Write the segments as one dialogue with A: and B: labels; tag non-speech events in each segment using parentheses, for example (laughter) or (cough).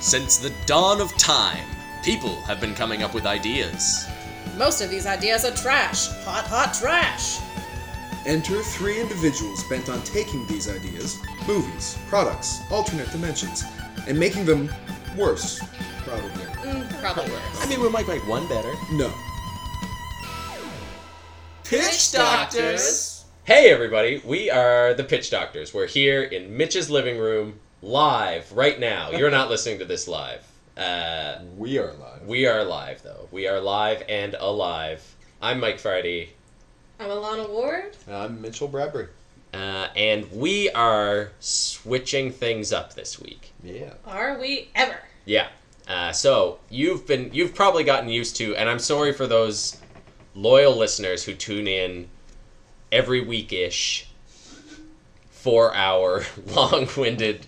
A: Since the dawn of time, people have been coming up with ideas.
B: Most of these ideas are trash. Hot, hot trash.
C: Enter three individuals bent on taking these ideas, movies, products, alternate dimensions, and making them worse, probably.
B: Mm, probably worse.
A: I mean, we might make one better.
C: No.
B: Pitch Doctors.
A: Hey, everybody, we are the Pitch Doctors. We're here in Mitch's living room, live, right (laughs) now. You're not listening to this live. Uh,
C: We are live.
A: we are live, though. We are live and alive. I'm Mike Friday,
B: (laughs) I'm Alana Ward.
C: I'm Mitchell Bradbury.
A: uh, and we are switching things up this week.
C: Yeah.
B: Are we ever?
A: Yeah. Uh, so you've been you've probably gotten used to, and I'm sorry for those loyal listeners who tune in every week ish, four (laughs) hour long winded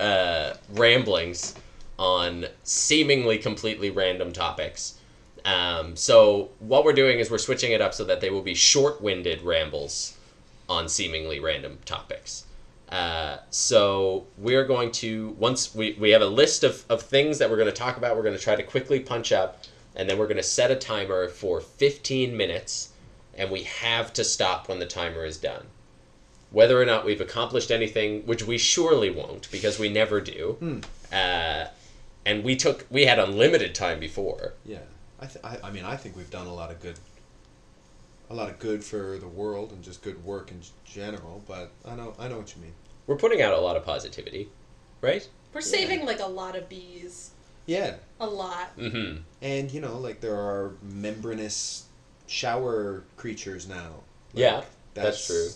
A: uh, ramblings on seemingly completely random topics. Um, so what we're doing is we're switching it up so that they will be short winded rambles on seemingly random topics. Uh, so we're going to once we, we have a list of, of things that we're going to talk about we're going to try to quickly punch up and then we're going to set a timer for 15 minutes and we have to stop when the timer is done whether or not we've accomplished anything which we surely won't because we never do uh, and we took we had unlimited time before
D: Yeah, I, th- I, I mean, I think we've done a lot of good, a lot of good for the world and just good work in g- general. But I know, I know what you mean.
A: we're putting out a lot of positivity right
B: We're saving like a lot of bees.
D: Yeah,
B: A lot.
A: mm-hmm
D: and you know, like there are membranous shower creatures now. Like,
A: yeah that's true.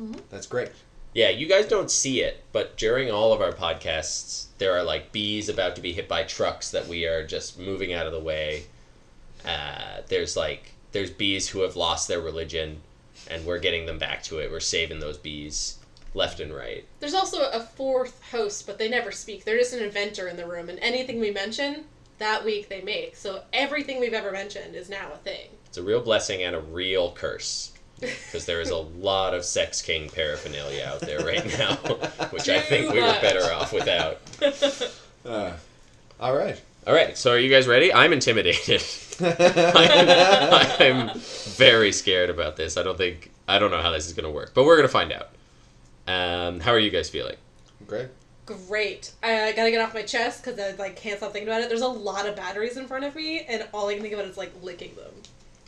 B: Mm-hmm.
D: That's great.
A: Yeah, you guys don't see it, but during all of our podcasts, there are like bees about to be hit by trucks that we are just moving out of the way. Uh, there's like there's bees who have lost their religion, and we're getting them back to it. We're saving those bees left and right.
B: There's also a fourth host, but they never speak. They're just an inventor in the room, and anything we mention that week they make. So everything we've ever mentioned is now a thing.
A: It's a real blessing and a real curse because there is a lot of sex king paraphernalia out there right now, which I think we were better off without.
D: Uh, all right.
A: All right, so are you guys ready? I'm intimidated. (laughs) I'm, I'm very scared about this. I don't think I don't know how this is gonna work, but we're gonna find out. Um, how are you guys feeling?
D: Great.
B: Great. I gotta get off my chest because I like can't stop thinking about it. There's a lot of batteries in front of me, and all I can think about is like licking them.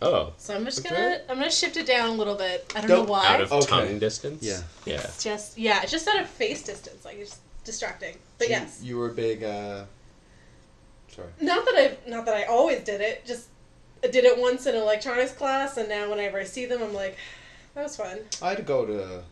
A: Oh,
B: So I'm just
D: Okay.
B: gonna I'm gonna shift it down a little bit. I don't
D: Don't-
B: know why.
A: out of
D: Okay.
A: tongue distance.
D: Yeah.
A: yeah.
B: It's just yeah, it's just out of face distance. Like it's distracting. But
D: You-
B: yes.
D: You, were a big. Uh, sorry.
B: Not that I've not that I always did it, just I did it once in electronics class and now whenever I see them I'm like, that was fun.
D: I had to go to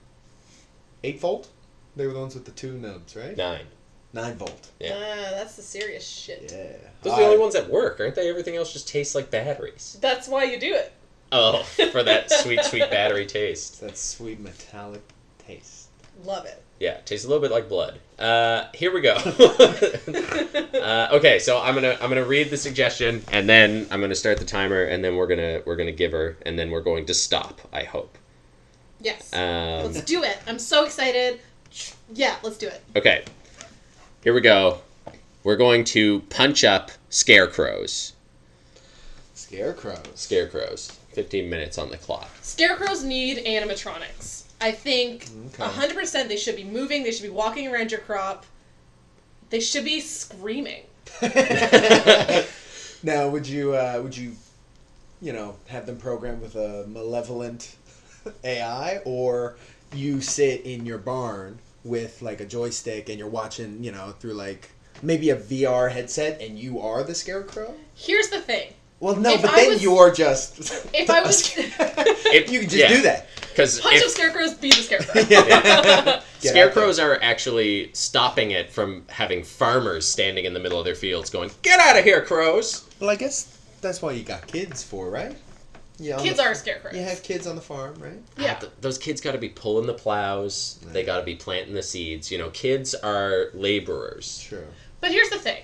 D: eight volt. They were the ones with the two nubs, right?
A: Nine.
D: Nine volt.
A: Yeah.
B: Ah, that's the serious shit.
D: Yeah.
A: Those are the only ones that work, aren't they? Everything else just tastes like batteries.
B: That's why you do it.
A: Oh, for that sweet, sweet battery taste.
D: That sweet metallic taste.
B: Love it.
A: Yeah, it tastes a little bit like blood. Uh, here
B: (laughs)
A: we go. uh, okay, so I'm gonna I'm gonna read the suggestion, and then I'm gonna start the timer, and then we're gonna we're gonna give her, and then we're going to stop. I hope.
B: Yes.
A: Um,
B: let's do it. I'm so excited. Yeah, let's do it.
A: okay, here we go. We're going to punch up scarecrows.
D: Scarecrows.
A: Scarecrows. Fifteen minutes on the clock.
B: Scarecrows need animatronics. I think
D: Okay.
B: hundred percent they should be moving, they should be walking around your crop. They should be screaming.
D: now, would you uh, would you, you know, have them programmed with a malevolent (laughs) AI, or you sit in your barn with like a joystick and you're watching, you know, through like maybe a VR headset, and you are the scarecrow?
B: Here's the thing.
D: Well, no,
B: If
D: but
B: I
D: then
B: was-
D: you're just.
B: (laughs)
D: (laughs)
B: If I was- (laughs)
D: if you could just
A: yeah.
D: do that.
A: Because
B: Punch up scarecrows, be
A: (laughs)
B: the scarecrow.
D: Get out
A: Scarecrows are actually stopping it from having farmers standing in the middle of their fields going, Get out of here, crows!
D: Well, I guess that's why you got kids for, right? Yeah. on
B: Kids
D: the-
B: are scarecrows.
D: You have kids on the farm, right?
B: Yeah.
A: Ah, th- those kids got to be pulling the plows. They got to be planting the seeds. You know, kids are laborers.
D: True.
B: But here's the thing: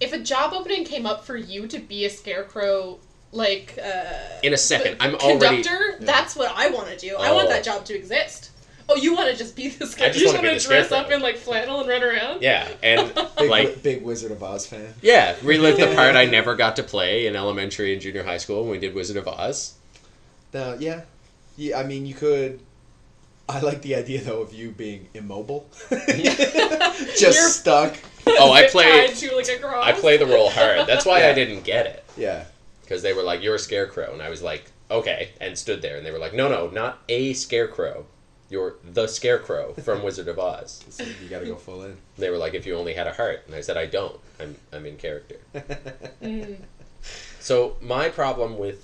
B: if a job opening came up for you to be a scarecrow, like uh,
A: In a second, I'm already. Oh.
B: conductor, that's what I want to do. I want that job to exist. Oh, you want to just be this guy?
A: I just
B: you just
A: wanna
B: want
A: be the
B: to dress
A: Scarecrow.
B: up in like flannel and run around?
A: Yeah, and
D: Big,
A: like
D: wi- big Wizard of Oz fan.
A: yeah, relive the part I never got to play in elementary and junior high school when we did Wizard of Oz.
D: Now, yeah, yeah. I mean, you could. I like the idea though of you being immobile, (laughs) just
B: You're-
D: stuck.
A: Oh, I
B: Zip
A: played-
B: tied to like a cross.
A: I play the role hard. That's why I
D: Yeah.
A: didn't get it
D: Yeah,
A: because they were like, "You're a scarecrow," and I was like, "Okay," and stood there, and they were like, "No, no, not a scarecrow. You're the scarecrow from Wizard of Oz."
D: So you gotta go full in.
A: They were like, "If you only had a heart," and I said, "I don't. I'm I'm in character."
B: Mm.
A: So my problem with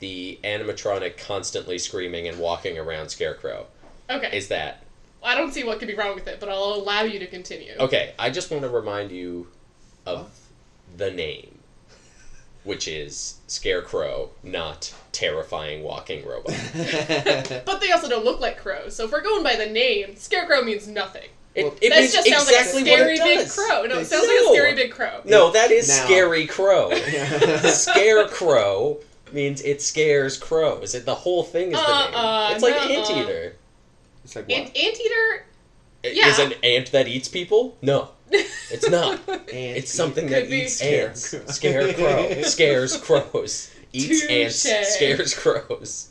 A: the animatronic constantly screaming and walking around scarecrow
B: Okay.
A: is that
B: I don't see what could be wrong with it, but I'll allow you to continue.
A: okay i just want to remind you of the name which is scarecrow not terrifying walking robot
B: But they also don't look like crows, so if we're going by the name, scarecrow means nothing.
A: it,
D: Well,
A: it
B: that
A: means
B: just sounds
A: exactly
B: like a scary
A: what it
B: big
A: does.
B: crow. No, it
D: It's-
B: sounds like
A: No.
B: a scary big crow.
A: no that is
D: Now-
A: scary crow
D: (laughs) Yeah.
A: scarecrow means it scares crows it, the whole thing is the name
B: Uh-uh,
A: it's like
B: nuh-uh.
A: anteater
D: it's like
B: Ant-
D: what?
B: anteater?
A: I-
B: Yeah.
A: is an ant that eats people no it's
B: (laughs)
A: not
D: And
A: It's something
B: Could
A: that
B: be.
A: eats
D: Scarecrow.
A: ants,
B: (laughs)
A: scarecrow, scares crows, eats
B: Touche.
A: ants, scares crows.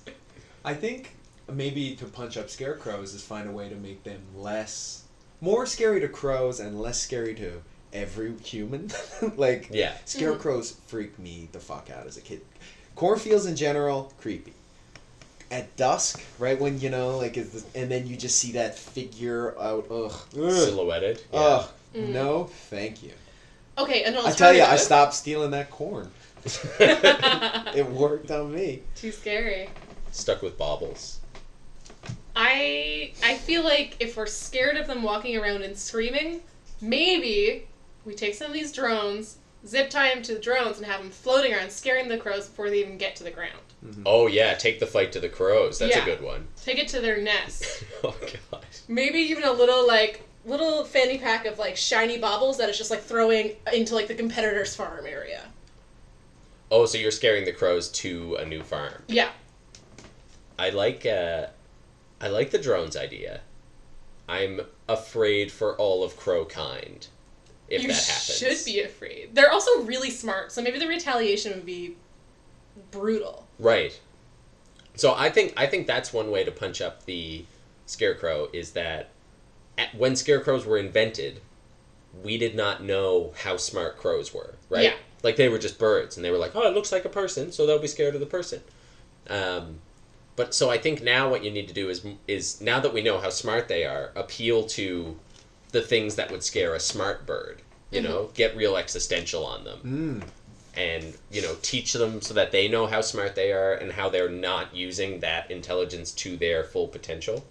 D: I think maybe to punch up scarecrows is find a way to make them less, more scary to crows and less scary to every human. (laughs) like
A: Yeah.
D: scarecrows freak me the fuck out as a kid. Cornfields in general creepy. At dusk, right when you know, like, is the, and then you just see that figure out. Ugh. Ugh.
A: Silhouetted. Yeah.
D: Ugh.
B: Mm.
D: No, thank you.
B: Okay, an
D: I tell you, I
B: alternative. (laughs)
D: stopped stealing that corn. It worked on me.
B: Too scary.
A: (laughs) Stuck with baubles.
B: I I feel like if we're scared of them walking around and screaming, maybe we take some of these drones, zip tie them to the drones, and have them floating around, scaring the crows before they even get to the ground.
A: Oh yeah, take the fight to the crows. That's a
B: Yeah.
A: good one. (laughs)
B: Take it to their nest.
A: Oh god.
B: Maybe even a little like little fanny pack of like shiny baubles that is just like throwing into like the competitor's farm area.
A: Oh, so you're scaring the crows to a new farm.
B: Yeah.
A: I like uh I like the drones idea. I'm afraid for all of crow kind. If
B: you
A: that happens.
B: should be afraid. They're also really smart, so maybe the retaliation would be brutal.
A: Right. So I think I think that's one way to punch up the scarecrow is that at, when scarecrows were invented, we did not know how smart crows were, right?
B: Yeah.
A: Like they were just birds, and they were like, "Oh, it looks like a person, so they'll be scared of the person." Um, but so I think now what you need to do is is now that we know how smart they are, appeal to the things that would scare a smart bird. You know, get real existential on them
D: Mm.
A: and you know teach them so that they know how smart they are and how they're not using that intelligence to their full potential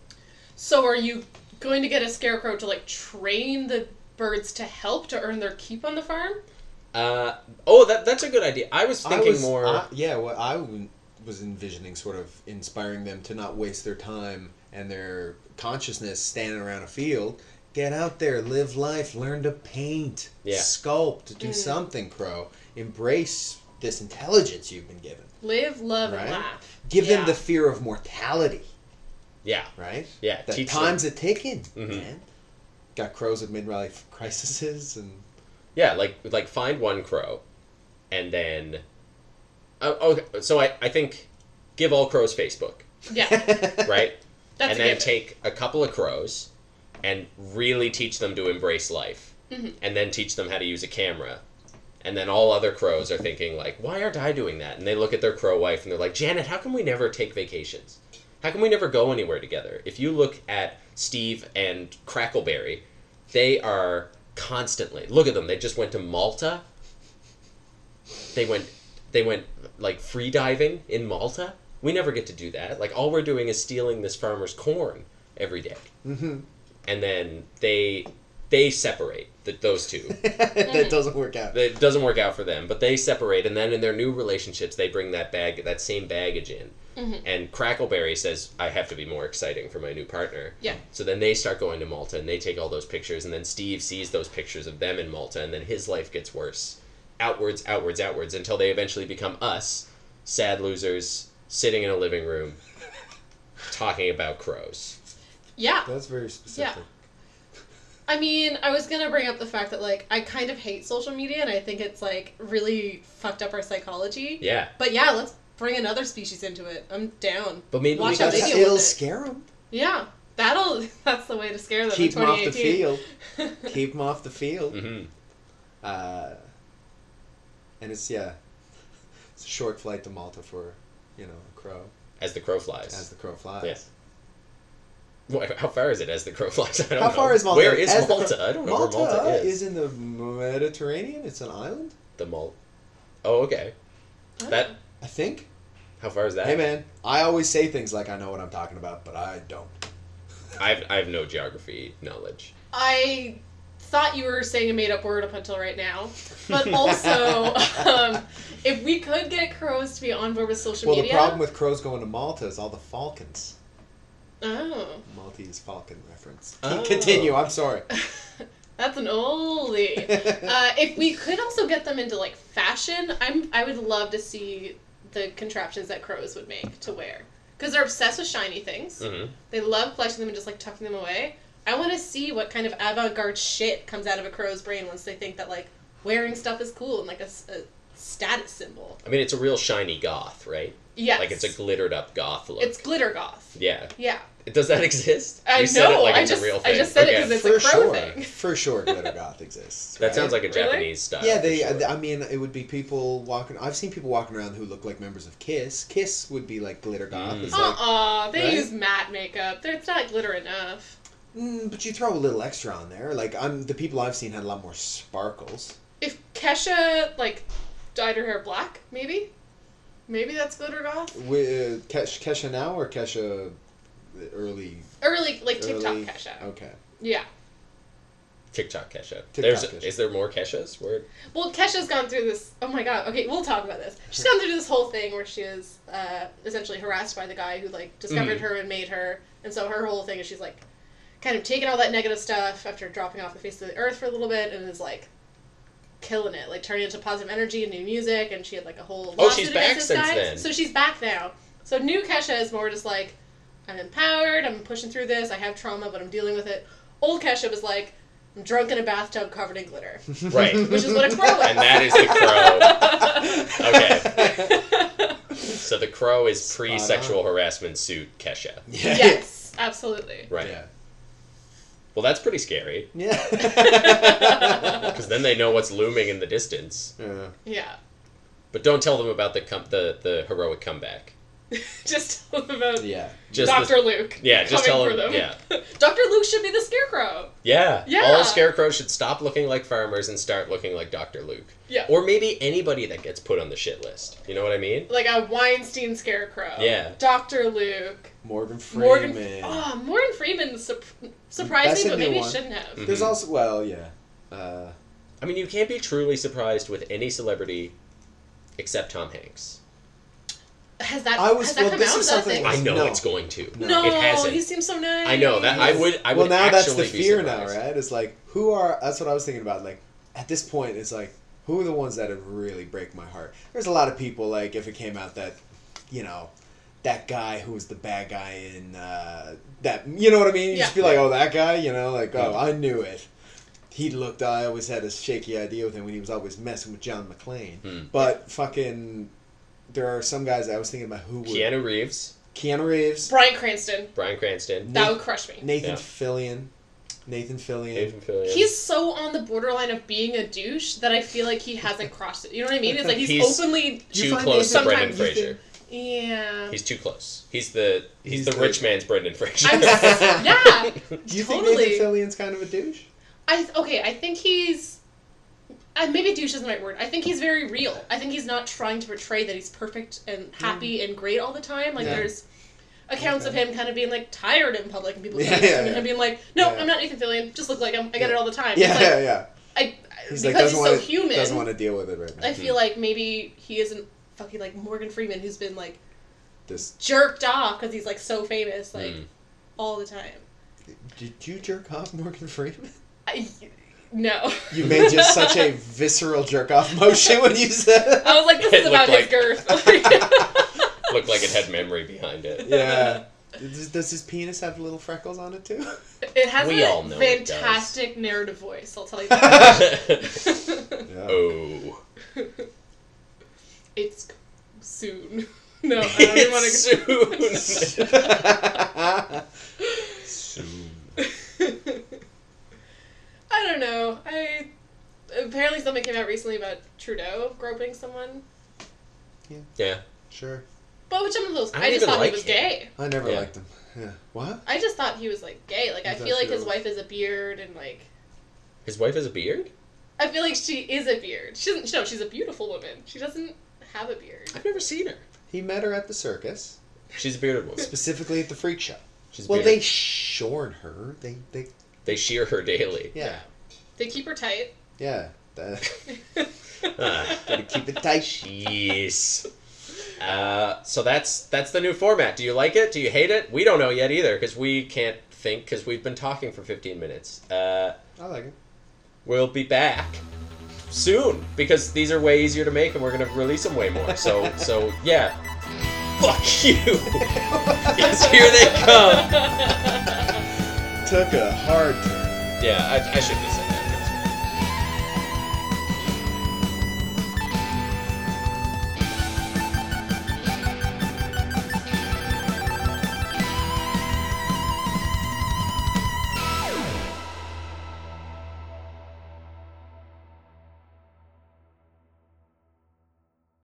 B: So are you going to get a scarecrow to like train the birds to help to earn their keep on the farm?
A: uh, oh that, that's a good idea i was
D: I
A: thinking
D: was- uh,
A: more
D: I- yeah, what I w- was envisioning sort of inspiring them to not waste their time and their consciousness standing around a field. Get out there, live life, learn to paint,
A: Yeah.
D: sculpt,
B: Mm.
D: do something, Crow. Embrace this intelligence you've been given.
B: Live, love,
D: Right.
B: and laugh.
D: Give
B: Yeah.
D: them the fear of mortality,
A: yeah
D: right?
A: yeah
D: The
A: teach
D: time's
A: them.
D: a ticking,
A: Mhm.
D: man. Got crows at midlife crises and (laughs)
A: yeah like like find one crow and then oh, oh so I, I think give all crows facebook
B: (laughs)
D: (laughs)
B: Yeah,
A: right and
B: that's
A: then
B: a given.
A: take a couple of crows and really teach them to embrace life
B: Mhm.
A: and then teach them how to use a camera and then all other crows are thinking like why aren't i doing that and they look at their crow wife and they're like janet how can we never take vacations how can we never go anywhere together if you look at steve and crackleberry they are constantly look at them they just went to malta they went they went like free diving in Malta. We never get to do that. Like all we're doing is stealing this farmer's corn every day. And then they they separate the, those two.
B: Mm-hmm.
D: that doesn't work out.
A: it doesn't work out for them, but they separate and then in their new relationships they bring that bag that same baggage in. And Crackleberry says I have to be more exciting for my new partner.
B: Yeah.
A: So then they start going to Malta and they take all those pictures and then Steve sees those pictures of them in Malta and then his life gets worse. Outwards, outwards, outwards until they eventually become us, sad losers, sitting in a living room talking about crows.
B: Yeah.
D: That's very specific.
B: I mean, I was gonna bring up the fact that like I kind of hate social media and I think it's like really fucked up our psychology.
A: Yeah.
B: But yeah, let's bring another species into it. I'm down.
A: But maybe
B: Watch
A: we
B: how
A: got
B: they
D: That's,
B: deal
D: it'll
B: with it.
D: scare them.
B: Yeah, that'll (laughs) that's the way to scare them.
D: Keep
B: in
D: them off the
B: 2018. (laughs)
D: field. Keep them off the field.
A: hmm
D: Uh, and it's yeah, it's a short flight to Malta for you know a crow
A: As the crow flies.
D: as the crow flies.
A: Yes. Wha- How far is it as the crow (laughs) flies? I don't
D: How
A: know.
D: far is Malta?
A: Where is
D: As the-
A: Malta? I don't know
D: Malta,
A: where Malta is.
D: is in the Mediterranean. It's an island,
A: The Mal. Oh, okay. That.
D: I think.
A: How far is that?
D: Hey man, I always say things like I know what I'm talking about, but I don't.
A: I have, I have no geography knowledge.
B: I thought you were saying a made up word up until right now, but also um, if we could get crows to be on board with social
D: Well, the
B: media.
D: problem with crows going to Malta is all the falcons.
B: oh, (laughs)
D: Maltese falcon reference.
A: Oh.
D: Continue. I'm sorry.
B: Uh,
D: (laughs)
B: that's an oldie. uh, if we could also get them into like fashion, I'm I would love to see the contraptions that crows would make to wear because they're obsessed with shiny things.
A: hmm
D: Mm-hmm.
B: They love fleshing them and just like tucking them away. I want to see what kind of avant-garde shit comes out of a crow's brain once they think that like wearing stuff is cool and like a, s- a status symbol.
A: I mean, it's a real shiny goth, right?
B: Yes.
A: Like it's a glittered up goth look.
B: it's glitter goth.
A: Yeah.
B: Yeah.
A: Does that (laughs) exist?
B: I
A: you said it
B: know,
A: like
B: I
A: it's
B: just-
A: a real
B: I
A: thing.
B: just said it 'cause
A: okay.
B: It's a
D: for
B: crow
D: sure,
B: thing.
D: for sure, glitter goth exists.
A: That
D: right?
A: sounds like a
B: Really?
A: Japanese style.
D: Yeah,
A: for
D: they. uh, um,
A: sure.
D: I mean, it would be people walking. I've seen people walking around who look like members of Kiss. Kiss would be like glitter goth.
A: Mm.
D: It's
B: Uh
D: like,
B: uh They
D: right?
B: use matte makeup. They're, it's not glitter enough.
D: mm, but you throw a little extra on there. Like I'm the people I've seen had a lot more sparkles.
B: If Kesha like dyed her hair black, maybe, maybe that's glitter goth.
D: With uh, Kesh, Kesha now or Kesha, the early
B: Early like TikTok
D: early,
B: Kesha.
D: Okay,
B: Yeah.
A: TikTok Kesha.
D: TikTok
A: There's,
D: Kesha.
A: Is there more Keshas?
D: (laughs)
A: Where?
B: Well, Kesha's gone through this. Oh my god. Okay, we'll talk about this. She's gone through this whole thing where she is uh, essentially harassed by the guy who like discovered
A: Mhm.
B: her and made her, and so her whole thing is she's like, kind of taking all that negative stuff after dropping off the face of the earth for a little bit, and is like, killing it, like turning it into positive energy and new music, and she had like a whole.
A: Oh, she's
B: lawsuit
A: back
B: against this
A: since
B: guy.
A: then.
B: So she's back now. So new Kesha is more just like, I'm empowered. I'm pushing through this. I have trauma, but I'm dealing with it. Old Kesha was like, I'm drunk in a bathtub covered in
A: (laughs)
B: glitter.
A: Right.
B: Which is what a crow is.
A: and that is the crow. Okay. So the crow is
D: on.
A: pre-sexual harassment suit Kesha.
B: (laughs)
D: Yeah. (laughs)
A: (laughs)
B: yes, absolutely.
A: Right.
B: (laughs)
D: Yeah.
A: Well, that's pretty scary
D: Yeah.
A: because then they know what's looming in the distance.
D: yeah.
B: Yeah.
A: But don't tell them about the com- the the heroic comeback.
B: Just (laughs) tell them about
D: Yeah.
A: Just the-
B: Dr. Luke.
A: Yeah, just
B: coming
A: tell him-
B: for them. (laughs) Dr. Luke should be the scarecrow.
A: yeah.
B: Yeah.
A: All scarecrows should stop looking like farmers and start looking like Dr. Luke.
B: Yeah.
A: Or maybe anybody that gets put on the shit list. You know what I mean?
B: Like a Weinstein scarecrow.
A: Yeah.
B: Dr. Luke.
D: Morgan Freeman.
B: Morgan. Oh, Morgan Freeman sur- surprised
D: That's
B: me,
D: a
B: but
D: new
B: maybe he
D: one.
B: shouldn't have.
A: Mhm.
D: There's also well, yeah. Uh,
A: I mean, you can't be truly surprised with any celebrity except Tom Hanks.
B: Has that,
D: I was-
B: has that
D: well,
B: come
D: this
B: out?
D: is
B: that
D: something-
B: thing?
A: I know
D: No.
A: it's going to.
B: no,
A: It hasn't.
B: he seems so nice.
A: I know that I would. I
D: well,
A: would
D: now that's
A: actually
D: the
A: be
D: fear now,
A: surprised.
D: right? It's like who are? That's what I was thinking about. Like at this point, it's like who are the ones that would really break my heart? There's a lot of people. Like if it came out that, you know, that guy who was the bad guy in uh, that, you know what I mean? You just be
B: Yeah.
D: like, oh, that guy, you know, like oh,
A: Yeah.
D: I knew it. He looked. I always had a shaky idea with him when he was always messing with John McClane.
A: Hmm.
D: But fucking, there are some guys that I was thinking about who would
A: Keanu Reeves,
D: Keanu Reeves,
B: Brian Cranston.
A: Bryan Cranston,
B: That would crush me.
D: Nathan
A: Yeah.
D: Fillion, Nathan Fillion.
A: Nathan Fillion.
B: He's so on the borderline of being a douche that I feel like he hasn't crossed it. You know what I mean? It's like he's,
A: He's-
B: openly.
D: You
A: too
D: find
A: close to
D: Nathan-
A: Brendan
D: sometimes you
A: Fraser.
B: Yeah.
A: He's too close. He's the he's,
D: He's
A: the,
D: the-
A: rich man's Brendan Fraser. (laughs)
B: I'm,
D: (laughs)
B: yeah.
D: Do you
B: Totally.
D: think Nathan Fillion's kind of a douche?
B: I okay. I think he's. Uh, maybe douche isn't the right word. I think he's very real. I think he's not trying to portray that he's perfect and happy and great all the time. Like
D: Mm. Yeah.
B: there's accounts of him kind of being like tired in public and people
D: (laughs) Yeah,
B: coming up to
D: yeah,
B: him
D: yeah.
B: and being like, "No,
D: Yeah.
B: I'm not Nathan Fillion. Just look like him. I get it all the time." It's
D: Yeah,
B: like,
D: yeah, yeah.
B: I, I-
D: He's like
B: because
D: doesn't
B: he's so
D: want to
B: human.
D: doesn't want to deal with it Mm. right now.
B: I feel like maybe he isn't fucking like Morgan Freeman, who's been like
D: This
B: jerked off because he's like so famous, like
A: Mm.
B: all the time.
D: did you jerk off Morgan Freeman?
B: I, no,
D: You made just such
B: (laughs)
D: a visceral jerk off (laughs) motion when you said it.
B: I was like, this
A: It
B: is about
A: looked (laughs)
B: his girth.
D: (laughs)
A: Looked like it had memory behind it.
D: Yeah. Does, does his penis have little freckles on it too?
B: It has
A: We
B: a
A: all know it does.
B: fantastic narrative voice. I'll
A: (laughs)
B: tell you that.
A: oh.
B: it's c- soon. (laughs) No, I don't even want to.
A: It's soon. soon.
B: (laughs) I don't know. I apparently something came out recently about Trudeau groping someone,
A: Yeah.
D: sure.
B: but which I'm a little.
A: I don't
B: I, just
A: even
B: thought
A: like
B: he was
A: him.
B: gay.
D: I never
A: Yeah.
D: liked him. Yeah. What?
B: I just thought he was like gay. Like I
D: That's
B: feel like his
D: true.
B: wife is a beard and like.
A: His wife has a beard?
B: I feel like she is a beard. She doesn't. No, she's a beautiful woman. She doesn't have a beard.
A: I've never seen her.
D: He met her at the circus,
A: She's a bearded
D: (laughs)
A: woman.
D: specifically at the freak show.
A: She's
D: Well,
A: bearded.
D: they shorn her. They they
A: They shear her daily.
D: yeah
B: They keep her tight.
D: yeah. The,
A: (laughs) Ah,
D: gotta keep it tight. she-
A: Jeez. Uh, so that's that's the new format. Do you like it? Do you hate it? We don't know yet either because we can't think because we've been talking for 15 minutes. Uh,
D: I like (laughs) it.
A: we'll be back soon because these are way easier to make and we're gonna release them way more. So so yeah. Fuck you. (laughs) yes, here they come.
B: (laughs)
D: Took a hard turn.
A: Yeah, I, I should be saying.